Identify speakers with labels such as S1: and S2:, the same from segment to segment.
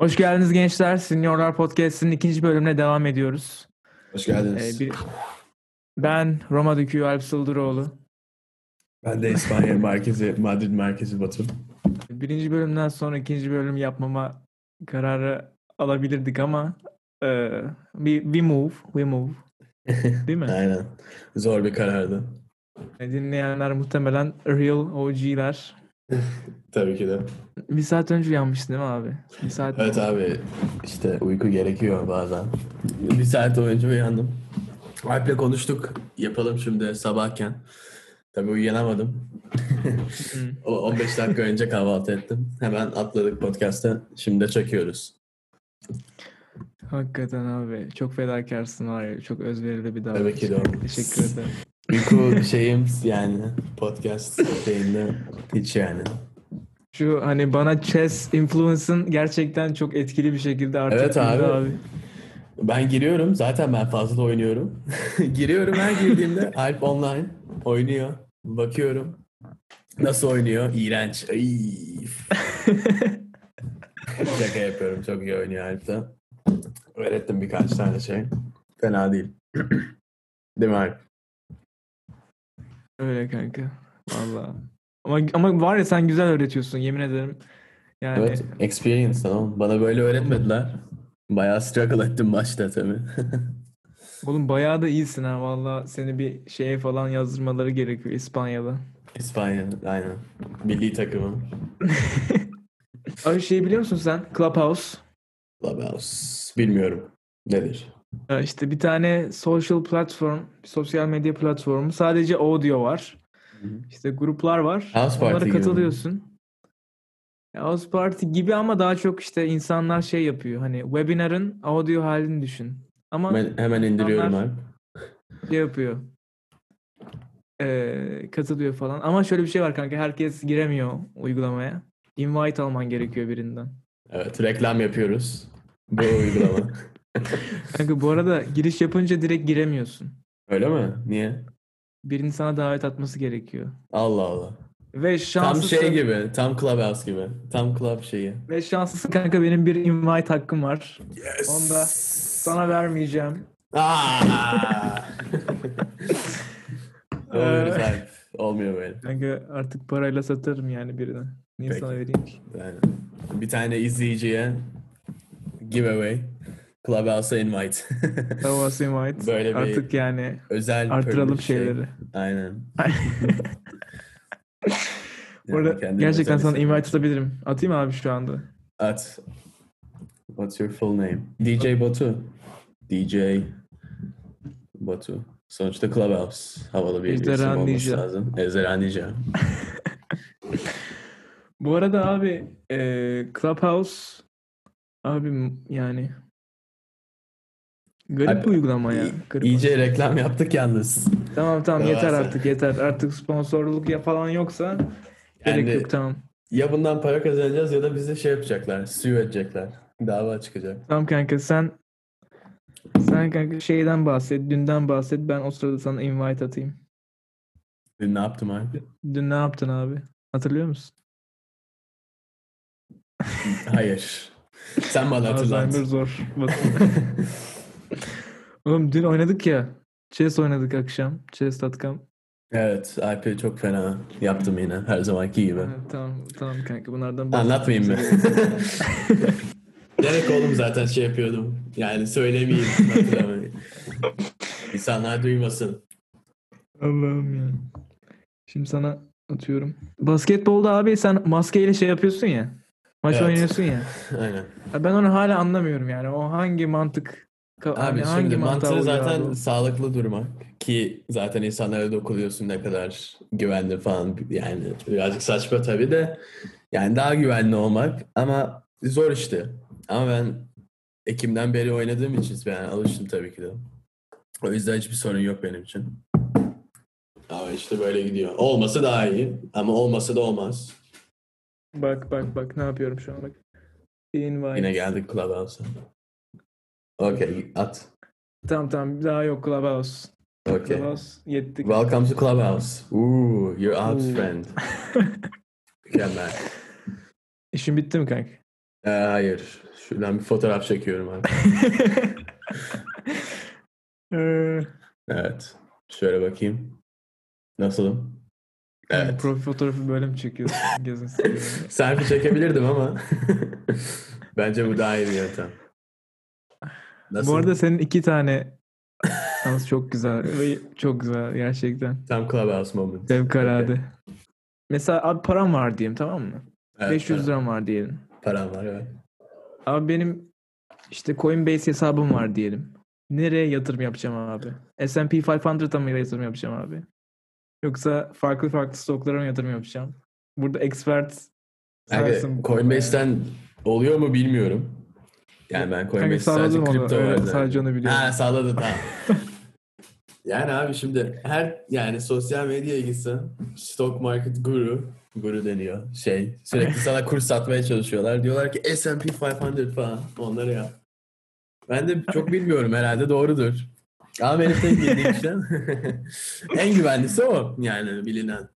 S1: Hoş geldiniz gençler. Seniorlar Podcast'inin ikinci bölümüne devam ediyoruz.
S2: Hoş
S1: Ee,
S2: geldiniz.
S1: bir- Ben Roma Dükü Alp Sıldıroğlu.
S2: Ben de İspanya merkezi, Madrid merkezi Batu.
S1: Birinci bölümden sonra ikinci bölüm yapmama kararı alabilirdik ama e, we, we move, we move. Değil mi? E,
S2: Aynen. Zor bir karardı.
S1: Dinleyenler muhtemelen real OG'ler.
S2: Tabii ki de.
S1: Bir saat önce uyanmışsın değil mi abi? Bir saat
S2: Evet abi işte uyku gerekiyor bazen. Bir saat önce uyandım. Alp'le konuştuk. Yapalım şimdi sabahken. Tabii uyuyanamadım.
S1: Hı.
S2: O- 15 dakika önce kahvaltı ettim. Hemen atladık podcast'a. Şimdi de çekiyoruz.
S1: Hakikaten abi. Çok fedakarsın var ya. Çok özverili bir davranış.
S2: Tabii ki de oğlum.
S1: Teşekkür ederim.
S2: Uyku şeyim yani podcast şeyinde hiç yani.
S1: Şu hani bana chess influence'ın gerçekten çok etkili bir şekilde artık
S2: Evet abi.
S1: girdi
S2: Ben giriyorum. Zaten ben fazla oynuyorum. giriyorum her girdiğimde Alp online oynuyor. Bakıyorum. Nasıl oynuyor? İğrenç. Ay. Şaka yapıyorum. Çok iyi oynuyor Alp de. Öğrettim birkaç tane şey. Fena değil. değil mi Alp?
S1: Öyle kanka. Valla. Ama, ama var ya sen güzel öğretiyorsun yemin ederim. Yani
S2: Evet. Experience tamam. Bana böyle öğretmediler. Bayağı struggle ettim başta tabii.
S1: oğlum bayağı da iyisin ha valla. Seni bir şeye falan yazdırmaları gerekiyor İspanya'da.
S2: İspanya. Aynen. Milli takımım.
S1: Abi şey biliyor musun sen? Clubhouse.
S2: Clubhouse. Bilmiyorum. Nedir?
S1: Ee, İşte bir tane social platform, bir sosyal medya platformu. Sadece audio var.
S2: Hı hı.
S1: İşte gruplar var.
S2: House party
S1: Onlara
S2: gibi mi?
S1: katılıyorsun. Ya, House party gibi ama daha çok işte insanlar şey yapıyor. Hani webinarın audio halini düşün. Ama
S2: Hemen, hemen indiriyorum
S1: İnsanlar-
S2: abi.
S1: şey yapıyor. Ee, katılıyor falan. Ama şöyle bir şey var kanka. Herkes giremiyor uygulamaya. Invite alman gerekiyor birinden.
S2: Evet reklam yapıyoruz. Bu uygulama.
S1: Kanka bu arada giriş yapınca direkt giremiyorsun.
S2: Öyle mi? Niye?
S1: Birinin sana davet atması gerekiyor.
S2: Allah Allah.
S1: Ve
S2: Tam
S1: şanslısın.
S2: şey gibi. Tam Clubhouse gibi. Tam club şeyi.
S1: Ve şanslısın kanka benim bir invite hakkım var.
S2: Yes.
S1: Onda sana vermeyeceğim.
S2: Aa! Olmuyor
S1: Ee.
S2: Alp. Olmuyor böyle.
S1: Kanka artık parayla satarım yani birine. Niye
S2: Peki.
S1: sana vereyim ki?
S2: Yani bir tane izleyiciye giveaway. Clubhouse'a invite.
S1: Davos invite.
S2: Böyle bir
S1: artık yani
S2: Özel
S1: artıralım
S2: permit şey.
S1: şeyleri.
S2: Aynen.
S1: Bu arada
S2: Yani kendine
S1: gerçekten
S2: özel
S1: sana
S2: isim.
S1: invite atabilirim. Atayım mı abi şu anda?
S2: At. What's your full name? DJ Batu. DJ Batu. Sonuçta Clubhouse. Havalı bir
S1: Ejderhan
S2: isim olması
S1: Ninja.
S2: lazım. Ejderhan Ninja.
S1: Bu arada abi e, Clubhouse abi yani garip
S2: Abi,
S1: bir uygulama ya.
S2: İ-
S1: Garip.
S2: İyice reklam yaptık yalnız.
S1: Tamam tamam
S2: Daha
S1: yeter
S2: varsa.
S1: artık yeter. Artık sponsorluk ya falan yoksa gerek
S2: Yani
S1: yok tamam.
S2: ya bundan para kazanacağız ya da bize şey yapacaklar. Sue edecekler. Dava çıkacak.
S1: Tamam kanka sen sen kanka şeyden bahset, dünden bahset. Ben o sırada sana invite atayım.
S2: Dün ne yaptım abi?
S1: Dün ne yaptın abi? Hatırlıyor musun?
S2: Hayır. Sen bana hatırlat.
S1: Alzheimer zor. Oğlum dün oynadık ya. Chess oynadık akşam. Chess.com.
S2: evet. IP çok fena yaptım yine. Her zamanki gibi.
S1: Ha, Tamam tamam kanka bunlardan
S2: Anlatmayayım mı? Demek oğlum zaten şey yapıyordum. Yani söylemeyeyim. hatırlamayın. İnsanlar duymasın.
S1: Allah'ım ya. Şimdi sana atıyorum. Basketbolda abi sen maskeyle şey yapıyorsun ya. Maç
S2: Evet.
S1: oynuyorsun ya.
S2: Aynen.
S1: Ya Ben onu hala anlamıyorum yani. O hangi mantık ka-
S2: Abi
S1: hani
S2: şimdi
S1: mantığa
S2: mantığı
S1: uyuyor
S2: zaten
S1: abi?
S2: sağlıklı durmak. Ki zaten insanlara dokunuyorsun ne kadar güvenli falan. Yani birazcık saçma tabii de. Yani daha güvenli olmak ama zor işte. Ama ben Ekim'den beri oynadığım için ben alıştım tabii ki de. O yüzden hiçbir sorun yok benim için. Ama işte böyle gidiyor. Olması daha iyi ama olmasa da olmaz.
S1: Bak bak bak ne yapıyorum şu an bak. Invite.
S2: Yine geldik Clubhouse'a. Okey at.
S1: Tamam tamam daha yok Clubhouse.
S2: Okay.
S1: Clubhouse yettik.
S2: Welcome to Clubhouse. Ooh, your ops
S1: Oo.
S2: friend. Mükemmel.
S1: İşin bitti mi kanka?
S2: Ee, hayır. Şuradan bir fotoğraf çekiyorum abi.
S1: Ee,
S2: Evet. Şöyle bakayım. Nasılım? Evet.
S1: Profil fotoğrafı böyle mi çekiyorsun? Gezin sevgilini.
S2: Selfie çekebilirdim ama bence bu daha iyi bir yöntem. Nasıl?
S1: Bu arada senin iki tane dans çok güzel. ve çok güzel gerçekten.
S2: tam Clubhouse moment.
S1: Fevkalade. Mesela abi param var diyelim tamam mı?
S2: Evet,
S1: 500
S2: param,
S1: liram var diyelim.
S2: param var evet.
S1: Abi benim işte Coinbase hesabım var diyelim. Nereye yatırım yapacağım abi? S&P 500'a mı yatırım yapacağım abi? Yoksa farklı farklı stoklara mı yatırım yapacağım? Burada expert
S2: Kanka,
S1: sensin bu konuda yani.
S2: Coinbase'ten oluyor mu bilmiyorum. Yani ben Coinbase sadece
S1: sağladım onu.
S2: kripto
S1: Öyle
S2: var
S1: sadece onu biliyorum.
S2: Ha sağladı tamam. yani abi şimdi her yani sosyal medyaya gitsen stock market guru guru deniyor şey sürekli sana kurs satmaya çalışıyorlar. Diyorlar ki S&P 500 falan onları yap. Ben de çok bilmiyorum herhalde doğrudur. Ama benim tek bildiğim işte en güvenlisi o yani bilinen.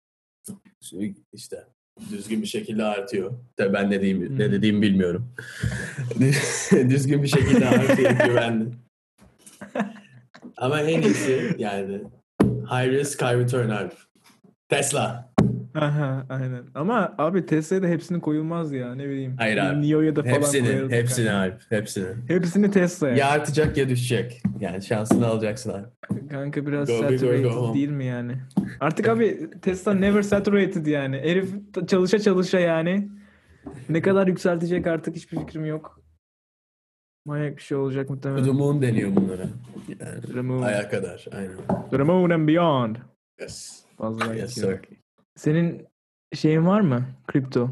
S2: Şimdi işte düzgün bir şekilde artıyor. Tabii ben ne diyeyim, ne
S1: Hmm.
S2: dediğimi bilmiyorum. düzgün bir şekilde artıyor güvenli. Ama en iyisi yani high risk high return abi. Tesla.
S1: Aha aynen. Ama abi Tesla'ya da hepsini koyulmaz ya ne bileyim.
S2: Hayır abi.
S1: Neo'ya da falan
S2: Hepsini,
S1: koyarız
S2: hepsini
S1: kanka.
S2: abi. Hepsini.
S1: Hepsini Tesla'ya.
S2: Ya artacak ya düşecek. Yani şansını alacaksın abi.
S1: Kanka biraz
S2: Go big or go
S1: saturated
S2: home.
S1: değil mi yani? Artık abi Tesla never saturated yani. Herif t- çalışa çalışa yani. Ne kadar yükseltecek artık hiçbir fikrim yok. Manyak bir şey olacak muhtemelen.
S2: Dumun deniyor bunlara. Yani
S1: Remove.
S2: aya kadar. Aynen.
S1: Remove and beyond.
S2: Yes.
S1: Fazla
S2: Yes
S1: geçiyor.
S2: sir.
S1: Senin şeyin var mı? Kripto.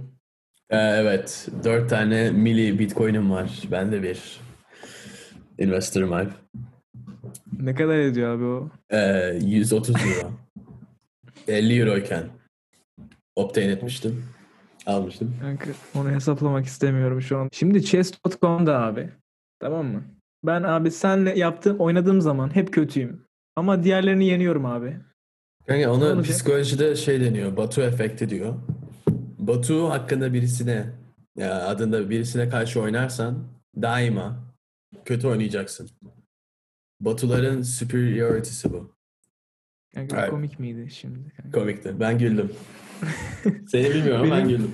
S2: Ee, evet. Dört tane mili bitcoin'im var. Ben de bir investor'ım abi.
S1: Ne kadar ediyor abi o?
S2: Ee, 130 euro. 50 euroyken obtain etmiştim. Almıştım.
S1: Kanka onu hesaplamak istemiyorum şu an. Şimdi chess.com'da abi. Tamam mı? Ben abi senle yaptığım oynadığım zaman hep kötüyüm. Ama diğerlerini yeniyorum abi.
S2: Kanka
S1: Ne
S2: ona
S1: olacak?
S2: psikolojide şey deniyor. Batu efekti diyor. Batu hakkında birisine ya adında birisine karşı oynarsan daima kötü oynayacaksın. Batuların superiority'si bu.
S1: Kanka bu
S2: Evet.
S1: komik miydi şimdi? Kanka?
S2: Komikti. Ben güldüm. Seni bilmiyorum ama ben
S1: Benim-
S2: güldüm.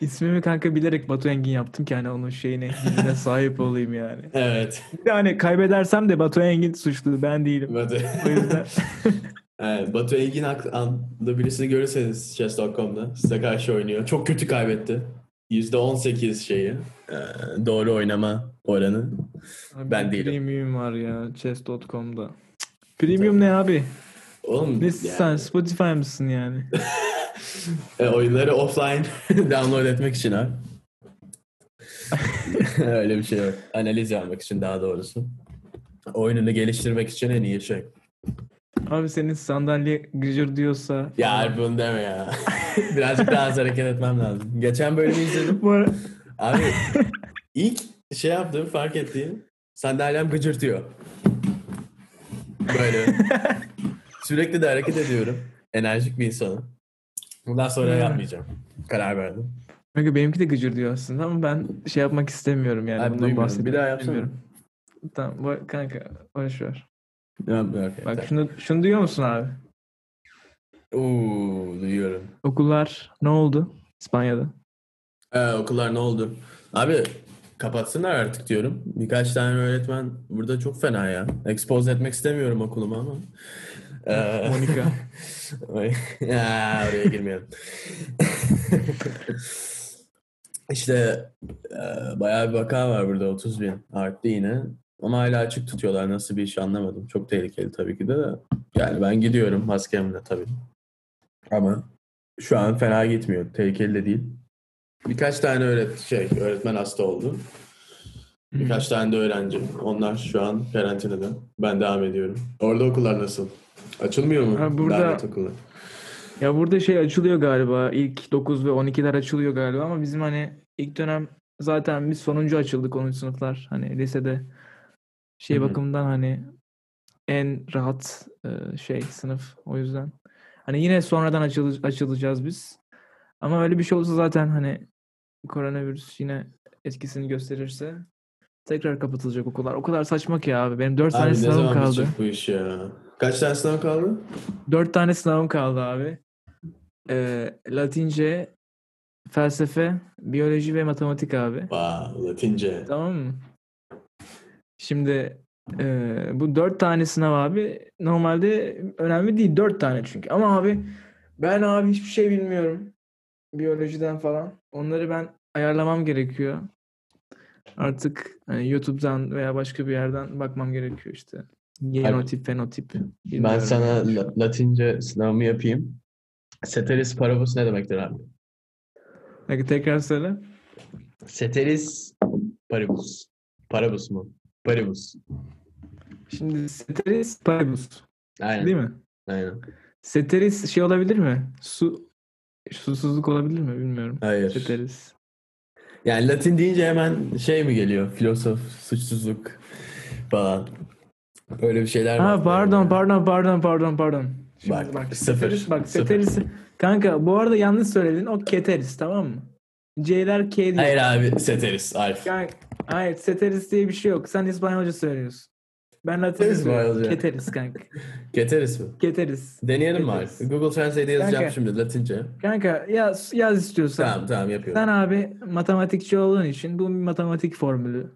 S1: İsmimi kanka bilerek Batu Engin yaptım ki hani onun şeyine diline sahip olayım yani.
S2: Evet.
S1: Yani kaybedersem de Batu Engin suçlu ben değilim.
S2: Batu.
S1: O yüzden
S2: Evet, Batu Engin ak- adlı birisini görürseniz chess.com'da size karşı oynuyor. Çok kötü kaybetti. %18 şeyi. e, doğru oynama oranı. Ben
S1: Abi,
S2: değilim.
S1: Premium var ya chess.com'da. Cık, Premium ne abi?
S2: Oğlum
S1: Ne sen Spotify mısın yani?
S2: E, oyunları offline download etmek için abi. Öyle bir şey yok. Analiz yapmak için daha doğrusu. Oyununu geliştirmek için en iyi şey.
S1: Abi senin sandalye gıcır diyorsa.
S2: Ya abi bunu deme ya. Birazcık daha az hareket etmem lazım. Geçen bölümü izledim.
S1: Bu ara-
S2: Abi ilk şey yaptım fark ettiğim sandalyem gıcırtıyor. Böyle. Sürekli de hareket ediyorum. Enerjik bir insanım. Bundan sonra
S1: Evet.
S2: yapmayacağım. Karar verdim.
S1: Kanka benimki de gıcır diyor aslında ama ben şey yapmak istemiyorum yani.
S2: Abi
S1: bundan
S2: duymuyorum.
S1: bahsetmek
S2: Bir daha yapsana.
S1: istemiyorum. Tamam bu- kanka boş ver.
S2: Yap- okey,
S1: Bak
S2: tamam.
S1: şunu, şunu duyuyor musun abi?
S2: Oo, duyuyorum.
S1: Okullar ne oldu İspanya'da?
S2: Ee, okullar ne oldu? Abi kapatsınlar artık diyorum. Birkaç tane öğretmen burada çok fena ya. Expose etmek istemiyorum okulumu ama. Ee,
S1: Monika.
S2: Ay, ya, oraya girmeyelim. işte e, bayağı bir vaka var burada 30 bin arttı yine. Ama hala açık tutuyorlar. Nasıl bir iş anlamadım. Çok tehlikeli tabii ki de. Yani ben gidiyorum maskemle tabii. Ama şu an fena gitmiyor. Tehlikeli de değil. Birkaç tane öğret şey, öğretmen hasta oldu. Birkaç tane de öğrenci. Onlar şu an karantinada. Ben devam ediyorum. Orada okullar nasıl? Açılmıyor mu?
S1: Ha, burada-
S2: Devlet okulu.
S1: Ya burada şey açılıyor galiba. İlk 9 ve 12'ler açılıyor galiba ama bizim hani ilk dönem zaten biz sonuncu açıldık 10. sınıflar. Hani lisede şey
S2: Hı hı.
S1: bakımından hani en rahat e, şey sınıf o yüzden. Hani yine sonradan açılı- açılacağız biz. Ama öyle bir şey olsa zaten hani koronavirüs yine etkisini gösterirse tekrar kapatılacak okullar. O kadar saçma ki abi. Benim 4
S2: Abi
S1: tane
S2: ne
S1: sınavım
S2: zaman
S1: kaldı.
S2: bitecek bu iş ya? Kaç tane sınav kaldı?
S1: 4 tane sınavım kaldı abi. Ee, Latince, felsefe, biyoloji ve matematik abi.
S2: Vaa Latince.
S1: Tamam mı? Şimdi eee, bu dört tane sınav abi normalde önemli değil. Dört tane çünkü. Ama abi ben abi hiçbir şey bilmiyorum. Biyolojiden falan. Onları ben ayarlamam gerekiyor. Artık hani YouTube'dan veya başka bir yerden bakmam gerekiyor işte. Genotip, fenotip.
S2: Ben
S1: bilmiyorum
S2: sana
S1: yani.
S2: La- Latince sınavımı yapayım. Ceteris paribus ne demektir abi?
S1: Peki, tekrar söyle.
S2: Ceteris paribus. Paribus mu? Paribus.
S1: Şimdi Ceteris paribus.
S2: Aynen.
S1: Değil mi?
S2: Aynen.
S1: Ceteris şey olabilir mi? Su susuzluk olabilir mi bilmiyorum.
S2: Hayır.
S1: Ceteris.
S2: Yani Latin deyince hemen şey mi geliyor? Filosof, suçsuzluk falan. Öyle bir şeyler var.
S1: Ha pardon pardon pardon pardon pardon. Şimdi
S2: Bak,
S1: bak,
S2: sıfır,
S1: Ceteris bak
S2: sıfır.
S1: Ceteris. Kanka bu arada yanlış söyledin. O Keteris tamam mı? C'ler K diyor.
S2: Hayır abi Ceteris. Alf.
S1: Kanka, hayır Ceteris diye bir şey yok. Sen İspanyolca söylüyorsun. Ben Latince
S2: Ceteris
S1: söylüyorum.
S2: İspanyolca.
S1: Keteris kanka.
S2: Ceteris mi?
S1: Keteris.
S2: Deneyelim mi
S1: Ceteris.
S2: Alf? Google Translate'e yazacağım
S1: Kanka.
S2: şimdi Latince.
S1: Kanka yaz, yaz istiyorsan.
S2: Tamam tamam
S1: Sen
S2: yapıyorum.
S1: abi matematikçi olduğun için bu bir matematik formülü.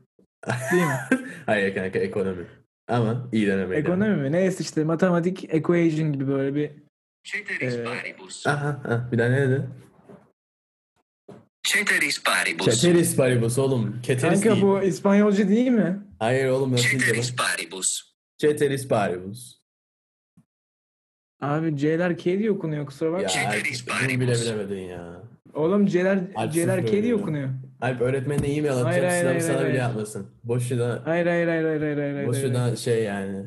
S1: Değil mi?
S2: Hayır kanka ekonomi. Ama iyi denemeyi.
S1: Ekonomi mi? Neyse işte matematik equation gibi böyle bir
S3: Ceteris
S1: Eh,
S3: paribus.
S2: Aha, aha, bir tane ne dedi?
S3: Ceteris paribus.
S2: Ceteris paribus oğlum. Ceteris
S1: Kanka
S2: değil.
S1: bu İspanyolca değil mi?
S2: Hayır oğlum Latince bu.
S3: Ceteris paribus.
S2: Ceteris paribus.
S1: Abi C'ler K diye okunuyor kusura bak.
S2: Ya
S3: Ceteris
S2: Alp, bunu bile
S3: paribus.
S2: bilemedin ya.
S1: Oğlum C'ler
S2: Alp
S1: C'ler
S2: sıfır
S1: K diye
S2: öğreniyor.
S1: okunuyor.
S2: Alp öğretmenine iyi mi
S1: Hayır,
S2: anlatacak
S1: hayır,
S2: sınavı
S1: hayır,
S2: sana
S1: hayır.
S2: bile yapmasın. Boşuna,
S1: Hayır hayır hayır hayır hayır hayır. hayır, hayır.
S2: boşuna şey yani.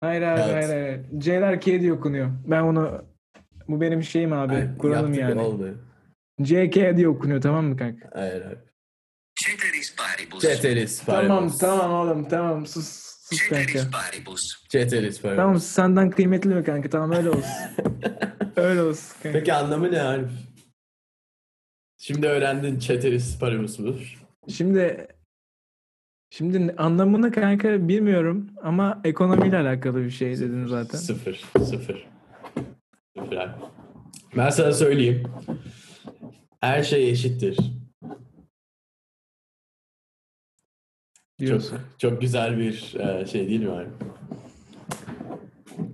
S1: Hayır abi
S2: Evet.
S1: hayır hayır. hayır. C'ler K diye okunuyor. Ben onu bu benim şeyim abi.
S2: Alp,
S1: kuralım
S2: yaptık,
S1: yani.
S2: Oldu.
S1: CK diye okunuyor tamam mı kanka?
S2: Hayır Alp.
S3: Ceteris paribus.
S2: Ceteris paribus.
S1: Tamam tamam oğlum tamam sus sus kanka.
S3: Ceteris paribus.
S2: Ceteris paribus.
S1: Tamam senden kıymetli mi kanka? Tamam öyle olsun. öyle olsun kanka.
S2: Peki anlamı ne Alp? Şimdi öğrendin Ceteris paribus'muş.
S1: Şimdi şimdi anlamını kanka bilmiyorum ama ekonomiyle alakalı bir şey dedin zaten.
S2: Sıfır. Sıfır. Sıfır Alp. Ben sana söyleyeyim. Her şey eşittir. Çok,
S1: Diyorsun.
S2: çok güzel bir e, şey değil mi Alp?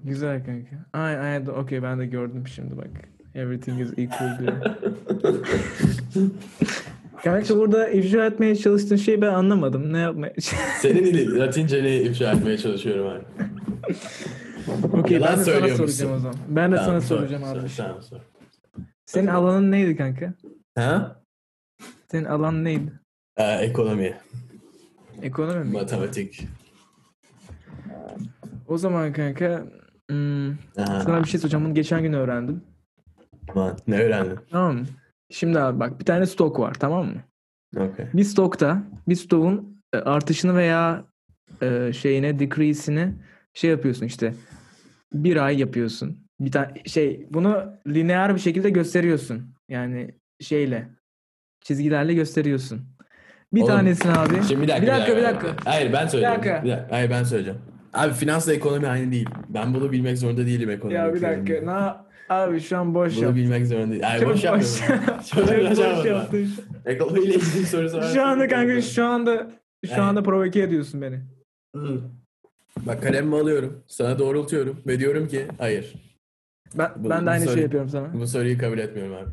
S1: Güzel kanka. Ay ay do- okey ben de gördüm şimdi bak. Everything is equal diyor. kanka burada ifşa etmeye çalıştığın şeyi ben anlamadım. Ne yapmaya
S2: Senin ili- Latinceni ifşa etmeye çalışıyorum abi.
S1: Okey
S2: Yalan
S1: ben de sana
S2: söylüyormuşsun.
S1: soracağım o zaman. Ben de sana
S2: sor,
S1: soracağım
S2: sor,
S1: abi.
S2: Tamam sor.
S1: Senin alanın neydi kanka?
S2: Ha?
S1: Senin alan neydi?
S2: Ee, ekonomi,
S1: Ekonomi mi?
S2: matematik.
S1: O zaman kanka hmm,
S2: Aha,
S1: sana bir şey soracağım. Bunu geçen gün öğrendim.
S2: aman, ne öğrendin?
S1: Tamam mı? Şimdi abi bak bir tane stok var tamam mı?
S2: Okay.
S1: Bir stokta bir stoğun e, artışını veya e, şeyine decrease'ini şey yapıyorsun işte bir ay yapıyorsun. Bir tane şey bunu lineer bir şekilde gösteriyorsun. Yani şeyle çizgilerle gösteriyorsun. Bir
S2: Oğlum,
S1: tanesini abi.
S2: Şimdi bir dakika.
S1: bir dakika bir dakika.
S2: Hayır ben söyleyeceğim.
S1: dakika.
S2: Bir dakika, Hayır ben söyleyeceğim. Abi finansla ekonomi aynı değil. Ben bunu bilmek zorunda değilim ekonomi.
S1: Ya bir
S2: okuyorum.
S1: dakika. Na abi şu an boş
S2: Bunu
S1: yap.
S2: bilmek zorunda değil. Ay
S1: Çok
S2: boş
S1: boş
S2: yapmadım. Çok
S1: Çok
S2: boş
S1: boş
S2: yapmadım.
S1: yaptın.
S2: Ekonomiyle ilgili bir sorusu var.
S1: Şu anda kanka şu anda şu
S2: Yani-
S1: anda provoke ediyorsun beni.
S2: Hı. Bak kalemimi alıyorum. Sana doğrultuyorum. Ve diyorum ki hayır.
S1: Ben,
S2: Bu-
S1: ben de aynı
S2: bu
S1: şey
S2: soruyu-
S1: yapıyorum sana.
S2: Bu soruyu kabul etmiyorum abi.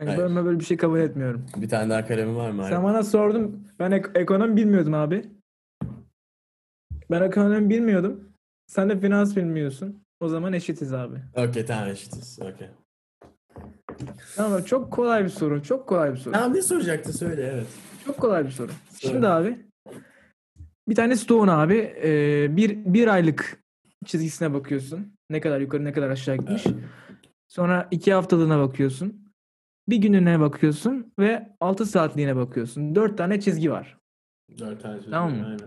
S1: Yani
S2: Hayır.
S1: ben böyle bir şey kabul etmiyorum.
S2: Bir tane daha kalemim var mı? abi?
S1: Sen bana sordun. Ben ek- ekonomi bilmiyordum abi. Ben ekonomi bilmiyordum. Sen de finans bilmiyorsun. O zaman eşitiz abi.
S2: Okey tamam eşitiz. Okey.
S1: Tamam çok kolay bir soru. Çok kolay bir soru.
S2: Tamam ne soracaktı söyle evet.
S1: Çok kolay bir soru.
S2: Söyle.
S1: Şimdi abi bir tane stoğun abi e, bir, bir aylık çizgisine bakıyorsun. Ne kadar yukarı ne kadar aşağı gitmiş. Sonra iki haftalığına bakıyorsun. Bir gününe bakıyorsun ve altı saatliğine bakıyorsun. Dört tane çizgi var.
S2: Dört tane çocuk.
S1: Tamam mı?
S2: Aynen.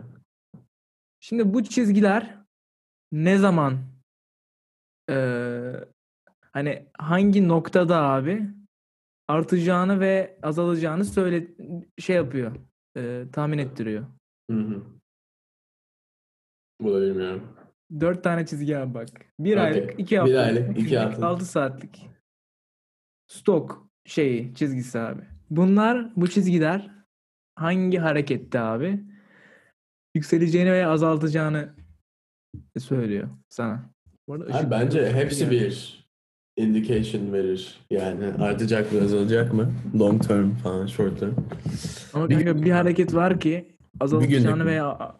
S1: Şimdi bu çizgiler ne zaman eee, hani hangi noktada abi artacağını ve azalacağını söyle şey yapıyor. eee, tahmin ettiriyor.
S2: Hı hı. Bu da bilmiyorum.
S1: Dört tane çizgi abi bak. Bir
S2: Okey.
S1: aylık, iki
S2: Bir
S1: haftalık,
S2: aylık,
S1: üç
S2: iki
S1: günlük,
S2: haftalık.
S1: altı saatlik. Stok şeyi, çizgisi abi. Bunlar, bu çizgiler hangi harekette abi yükseleceğini veya azaltacağını söylüyor sana. Bu arada
S2: Abi
S1: ışık-
S2: bence hepsi
S1: Yani.
S2: bir indication verir. Yani artacak mı azalacak mı? Long term falan short term.
S1: Ama
S2: Bir-
S1: kanka bir hareket var ki
S2: günlük
S1: azaltacağını
S2: mü?
S1: veya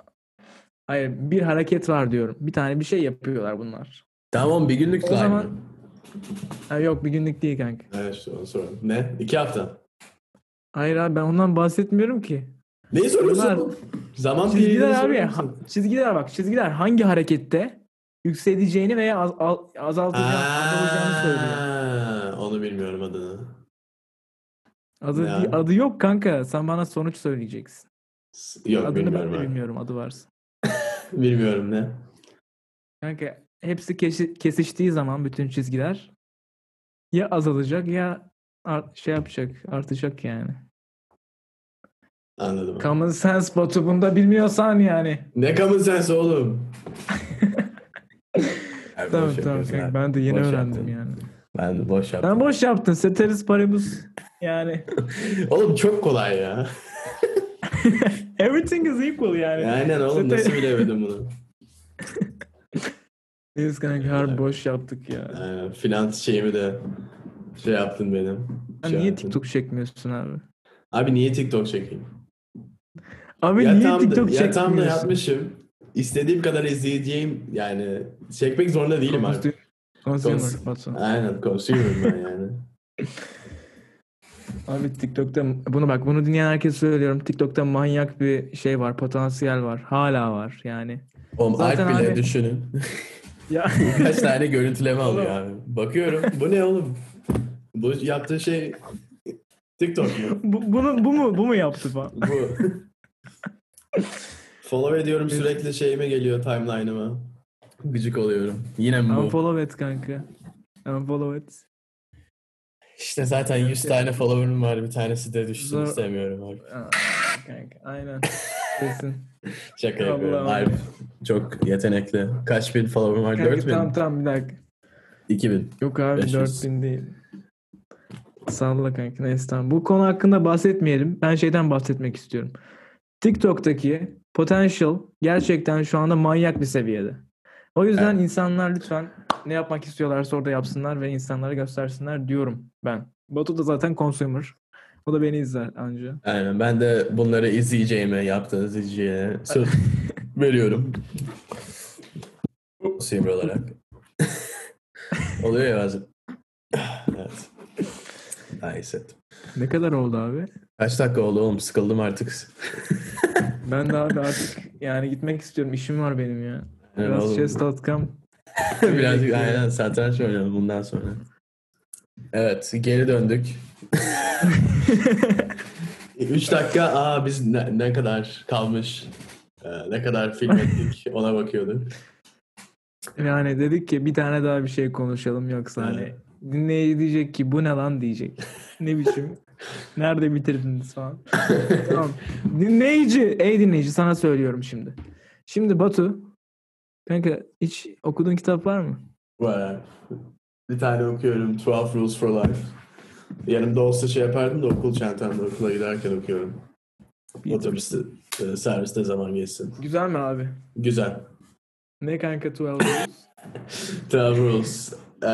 S1: hayır bir hareket var diyorum. Bir tane bir şey yapıyorlar bunlar.
S2: Tamam bir günlük
S1: O
S2: climb
S1: zaman-
S2: mı?
S1: Ha, yok bir günlük değil kanka.
S2: Evet işte onu soralım. Ne? İki hafta.
S1: Hayır abi ben ondan bahsetmiyorum ki.
S2: Neyi soruyorsun?
S1: Bunlar-
S2: oğlum? Zaman
S1: Çizgiler
S2: periyodunu
S1: abi.
S2: soruyor
S1: ha-
S2: musun?
S1: çizgiler bak. Çizgiler hangi harekette yükseleceğini veya az, al- azaltacağını, azalacağını söylüyor.
S2: Ha, Onu bilmiyorum adını.
S1: Adı,
S2: Ya.
S1: adı yok kanka. Sen bana sonuç söyleyeceksin.
S2: S- Yok
S1: Adını
S2: bilmiyorum.
S1: ben de
S2: abi.
S1: bilmiyorum. Adı varsa.
S2: Bilmiyorum ne.
S1: Kanka hepsi keşi- kesiştiği zaman bütün çizgiler ya azalacak ya art, şey yapacak. Artacak yani.
S2: Anladım.
S1: Common sense botu bunda bilmiyorsan yani.
S2: ne common sense oğlum? Abi,
S1: Tamam tamam
S2: boş yapıyorsun
S1: kanka.
S2: abi.
S1: Ben de yeni
S2: Boş
S1: öğrendim
S2: yaptın.
S1: yani.
S2: Ben boş yaptım.
S1: Sen boş yaptın. Seteris paribus yani.
S2: Oğlum çok kolay ya.
S1: Everything is equal yani.
S2: Aynen oğlum
S1: Zaten-
S2: nasıl bilemedim bunu?
S1: Biz kanka harbi boş yaptık ya.
S2: Aynen, Ee, finans şeyimi de şey yaptın benim.
S1: Sen
S2: Şey
S1: niye
S2: yaptın.
S1: TikTok çekmiyorsun abi?
S2: Abi niye TikTok çekeyim?
S1: Abi niye
S2: Yatağımda,
S1: TikTok
S2: yatağımda
S1: çekmiyorsun?
S2: yatmışım. İstediğim kadar izleyeceğim yani çekmek zorunda değilim abi.
S1: Consumer
S2: Cons-
S1: Batu.
S2: Aynen consumer'ım ben yani.
S1: Abi TikTok'ta bunu bak bunu dinleyen herkese söylüyorum. TikTok'ta manyak bir şey var, potansiyel var. Hala var yani.
S2: Oğlum
S1: Zaten
S2: Alp bile
S1: abi-
S2: düşünün.
S1: Ya
S2: Kaç tane görüntüleme alıyor abi. Bakıyorum bu ne oğlum? Bu yaptığı şey TikTok mu?
S1: bu, bunu bu mu bu mu yaptı falan?
S2: Bu. Follow ediyorum sürekli şeyime geliyor timeline'ıma. Gıcık oluyorum. Yine mi bu?
S1: Unfollow et kanka. Unfollow et.
S2: İşte zaten 100 tane follower'ım var. Bir tanesi de düşsün
S1: Zor-
S2: istemiyorum abi.
S1: Aa, kanka aynen. Kesin.
S2: Şaka
S1: Allah
S2: yapıyorum.
S1: Allah.
S2: Alp çok yetenekli. Kaç bin follower'ım var?
S1: Kanka
S2: 4 bin?
S1: tamam tamam bir dakika.
S2: 2 bin.
S1: Yok abi
S2: 500.
S1: 4000 değil. Salla kanka neyse tamam. Bu konu hakkında bahsetmeyelim. Ben şeyden bahsetmek istiyorum. TikTok'taki potential gerçekten şu anda manyak bir seviyede. O yüzden
S2: Evet.
S1: insanlar lütfen ne yapmak istiyorlarsa orada yapsınlar ve insanlara göstersinler diyorum ben. Batu da zaten consumer. O da beni izler anca.
S2: Aynen. Ben de bunları izleyeceğime, yaptığınız izleyeceğine söz veriyorum. Simri olarak. Oluyor ya bazen. evet. Daha iyi hissettim.
S1: Ne kadar oldu abi?
S2: Kaç dakika oldu oğlum? Sıkıldım artık.
S1: Ben de abi artık yani gitmek istiyorum. İşim var benim ya.
S2: Aynen
S1: Biraz
S2: oğlum.
S1: chess.com.
S2: Birazcık aynen satranç oynayalım bundan sonra. Evet geri döndük. 3 dakika aa biz ne, ne kadar kalmış e, ne kadar film ettik ona bakıyorduk.
S1: Yani dedik ki bir tane daha bir şey konuşalım yoksa hani
S2: Evet.
S1: dinleyici diyecek ki bu ne lan diyecek. Ne biçim? Nerede bitirdiniz falan. tamam. Dinleyici, ey dinleyici sana söylüyorum şimdi. Şimdi Batu, kanka hiç okuduğun kitap var mı?
S2: Vay. Bir tane okuyorum 12 Rules for Life. Yanımda olsa şey yapardım da okul çantamda okula giderken okuyorum. Otobüste e, serviste zaman geçsin.
S1: Güzel mi abi?
S2: Güzel.
S1: Ne kanka 12 Rules?
S2: Tamam Rules. Ee,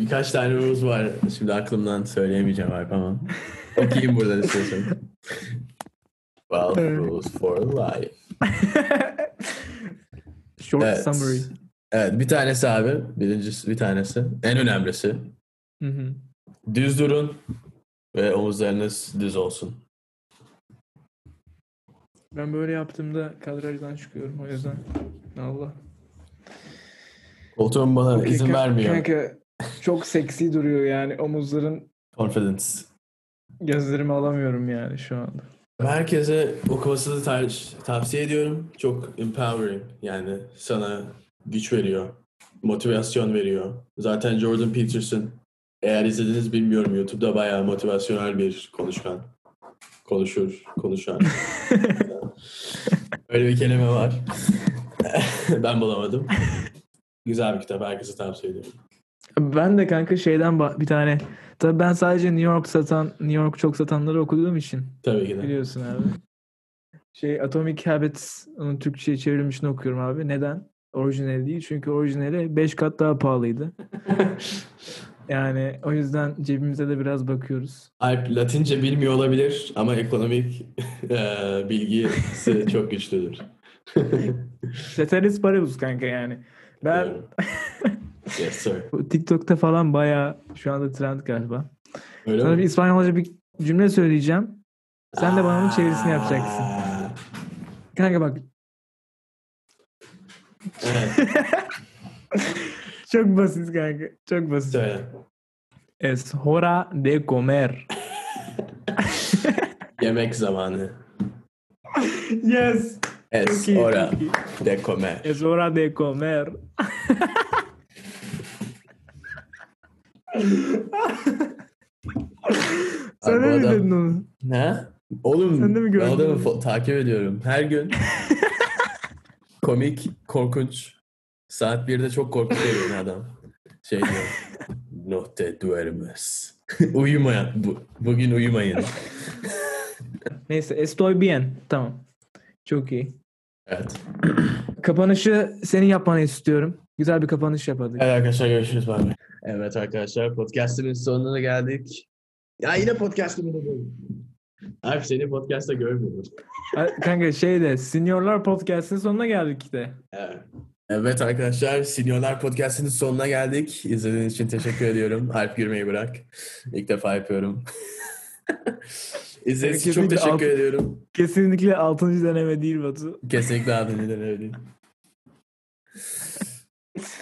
S2: birkaç tane Rules var. Şimdi aklımdan söyleyemeyeceğim Alp ama. Okuyayım buradan istiyorsan. Well,
S1: Evet.
S2: Rules for Life.
S1: Short
S2: Evet.
S1: summary.
S2: Evet bir tanesi abi. Birincisi bir tanesi. En önemlisi.
S1: Hı hı.
S2: Düz durun ve omuzlarınız düz olsun.
S1: Ben böyle yaptığımda kadrajdan çıkıyorum o yüzden. Allah.
S2: Koltuğum bana
S1: Okey,
S2: izin
S1: kan-
S2: vermiyor.
S1: Kanka çok seksi duruyor yani omuzların
S2: Confidence.
S1: Gözlerimi alamıyorum yani şu anda.
S2: Herkese okumasını tar- tavsiye ediyorum. Çok empowering. Yani sana güç veriyor. Motivasyon veriyor. Zaten Jordan Peterson eğer izlediniz bilmiyorum YouTube'da bayağı motivasyonel bir konuşkan. Konuşur, konuşan. Öyle bir kelime var. ben bulamadım. Güzel bir kitap. Herkese tavsiye ediyorum.
S1: Ben de kanka şeyden ba- bir tane. Tabii ben sadece New York satan, New York çok satanları okuduğum için
S2: Tabii ki de.
S1: biliyorsun abi. Şey Atomic Habits onun Türkçe'ye çevrilmişini okuyorum abi. Neden? Orijinali değil. Çünkü orijinali 5 kat daha pahalıydı. yani o yüzden cebimize de biraz bakıyoruz.
S2: Alp Latince bilmiyor olabilir ama ekonomik eee, bilgisi çok güçlüdür.
S1: Ceteris paribus kanka yani. Ben
S2: Biliyorum. yes sir.
S1: Bu TikTok'ta falan bayağı şu anda trend galiba.
S2: Öyle
S1: Sana
S2: mi?
S1: bir İspanyolca bir cümle söyleyeceğim. Sen de bana onun çevirisini
S2: Aa,
S1: yapacaksın. Kanka bak
S2: Evet,
S1: çok basit kanka. Çok basit.
S2: söyle.
S1: Es hora de comer.
S2: Yemek zamanı.
S1: Yes.
S2: Es
S1: Çok iyi,
S2: hora
S1: çok iyi.
S2: de comer.
S1: Es hora de comer. Sen
S2: Abi bu
S1: de mi
S2: adam-
S1: dedin onu?
S2: Ha? Oğlum
S1: Sen de mi
S2: ben
S1: gördün?
S2: adamı fo- takip ediyorum. Her gün komik, korkunç. Saat 1'de çok korkunç geliyor adam. Şey diyor. No te duermes. Uyumayın. Bu, bugün uyumayın.
S1: Neyse estoy bien. Tamam. Çok iyi.
S2: Evet.
S1: Kapanışı senin yapmanı istiyorum. Güzel bir kapanış yapalım.
S2: Evet arkadaşlar görüşürüz. Bay bay. Evet arkadaşlar podcastimiz sonuna geldik. Ya yine podcastimi de gördüm. Alp seni podcastta görmüyorum.
S1: Kanka şey de Seniorlar Podcast'ın sonuna geldik de.
S2: Evet. Evet arkadaşlar Seniorlar Podcast'inin sonuna geldik. İzlediğiniz için teşekkür ediyorum. Alp gülmeyi bırak. İlk defa yapıyorum. İzlediğiniz için çok
S1: Kesinlikle
S2: teşekkür
S1: Alp-
S2: ediyorum.
S1: Kesinlikle 6. deneme değil Batu.
S2: Kesinlikle abimden öyle değil.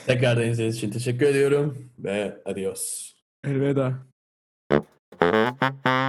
S2: Tekrardan izlediğiniz için teşekkür ediyorum. Ve adios.
S1: Elveda.
S4: Mm-hmm.